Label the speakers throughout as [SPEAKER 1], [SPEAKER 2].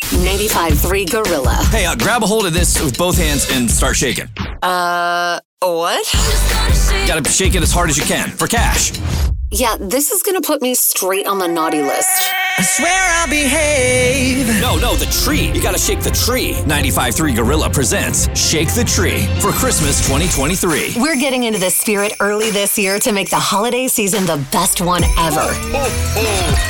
[SPEAKER 1] 95.3 Gorilla.
[SPEAKER 2] Hey, uh, grab a hold of this with both hands and start shaking.
[SPEAKER 1] What?
[SPEAKER 2] Gotta shake it as hard as you can for cash.
[SPEAKER 1] Yeah, this is gonna put me straight on the naughty list.
[SPEAKER 3] I swear I'll behave.
[SPEAKER 2] No, no, the tree. You gotta shake the tree. 95.3 Gorilla presents Shake the Tree for Christmas 2023.
[SPEAKER 1] We're getting into the spirit early this year to make the holiday season the best one ever.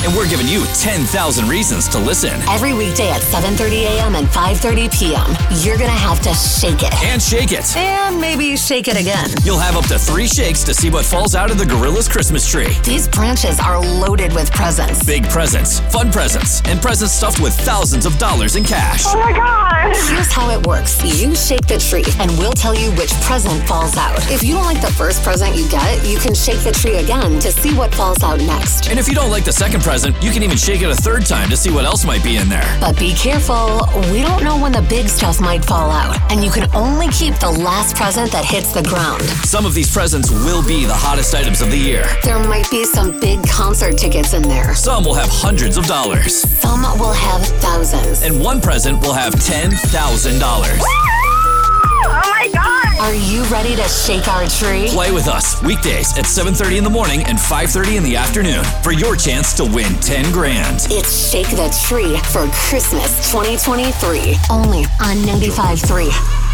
[SPEAKER 2] And we're giving you 10,000 reasons to listen
[SPEAKER 1] Every weekday at 7:30 a.m. and 5:30 p.m., you're gonna have to shake it
[SPEAKER 2] and shake it.
[SPEAKER 1] and maybe shake it again.
[SPEAKER 2] You'll have up to three shakes to see what falls out of the Gorilla's Christmas tree.
[SPEAKER 1] These branches are loaded with presents.
[SPEAKER 2] Big presents, fun presents, and presents stuffed with thousands of dollars in cash.
[SPEAKER 4] Oh my god!
[SPEAKER 1] Here's how it works. You shake the tree, and we'll tell you which present falls out. If you don't like the first present you get, you can shake the tree again to see what falls out next.
[SPEAKER 2] And if you don't like the second present, you can even shake it a third time to see what else might be in there.
[SPEAKER 1] But be careful, we don't know when the big stuff might fall out, and you can only keep the last present that hits the ground.
[SPEAKER 2] Some of these presents will be the hottest items of the year.
[SPEAKER 1] There might be some big concert tickets in there,
[SPEAKER 2] Some will have hundreds of dollars.
[SPEAKER 1] some will have thousands.
[SPEAKER 2] And one present will have $10,000.
[SPEAKER 4] Oh my god!
[SPEAKER 1] Are you ready to shake our tree?
[SPEAKER 2] Play with us weekdays at 7:30 in the morning and 5:30 in the afternoon for your chance to win 10 grand.
[SPEAKER 1] It's Shake the Tree for Christmas 2023, only on 95.3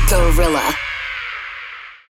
[SPEAKER 1] Gorilla.